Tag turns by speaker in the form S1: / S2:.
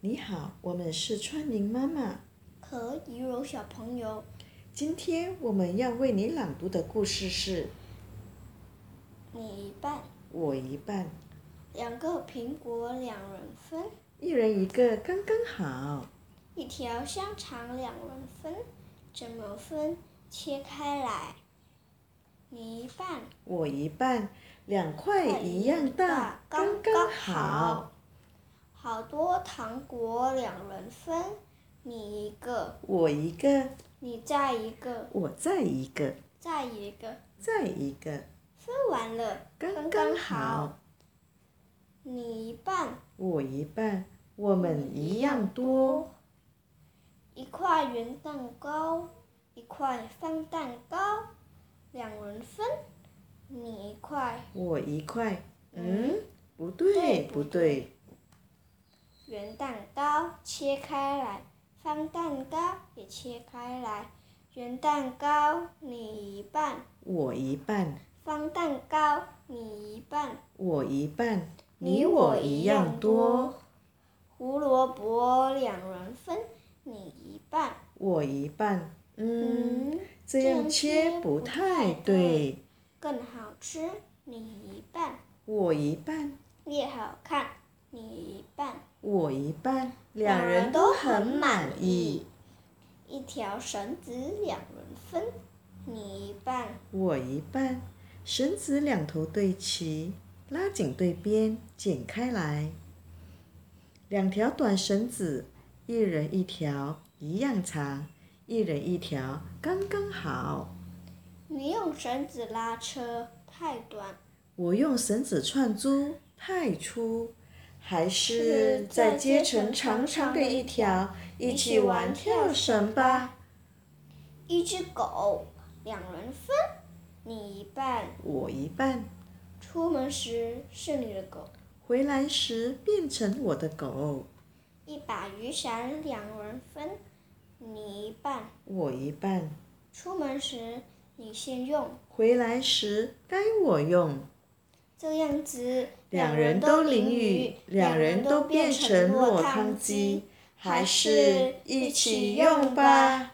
S1: 你好，我们是川宁妈妈。
S2: 和怡柔小朋友，
S1: 今天我们要为你朗读的故事是《
S2: 你一半，
S1: 我一半，
S2: 两个苹果两人分，
S1: 一人一个刚刚好》。
S2: 一条香肠两人分，怎么分？切开来，你一半，
S1: 我一半，两块一样大，刚刚
S2: 刚
S1: 好。。
S2: 好多糖果两人分，你一个，
S1: 我一个，
S2: 你再一个，
S1: 我再一个，
S2: 再一个，
S1: 再一个，
S2: 分完了，
S1: 刚
S2: 刚
S1: 刚好。
S2: 你一半，
S1: 我一半，我们一样多。
S2: 一块圆蛋糕，一块方蛋糕，两人分，你一块
S1: 我一块，嗯，不对不对，
S2: 圆蛋糕切开来，方蛋糕也切开来，圆蛋糕你一半，
S1: 我一半，
S2: 方蛋糕你一半，
S1: 我一半，你我一样多。。
S2: 胡萝卜两人分，你一半。
S1: 我一半，嗯，
S2: 嗯，
S1: 这样切不太对。
S2: 更好吃，你一半。
S1: 我一半，
S2: 越好看，你一半。
S1: 我一半，两人都很满意。。
S2: 一条绳子两人分，你一半，
S1: 我一半，绳子两头对齐，拉紧对边，剪开来。两条短绳子，一人一条，一样长，一人一条，刚刚好。
S2: 你用绳子拉车太短，
S1: 我用绳子串珠，太粗。还是再接成长长的一条，一起玩跳绳吧。
S2: 一只狗两人分，你一半。
S1: 我一半，
S2: 出门时是你的狗，
S1: 回来时变成我的狗。
S2: 一把雨伞两人分，你一半。
S1: 我一半，
S2: 出门时你先用，
S1: 回来时该我用。
S2: 这样子
S1: 两人都淋雨，两人都变成落汤鸡，还是一起用吧。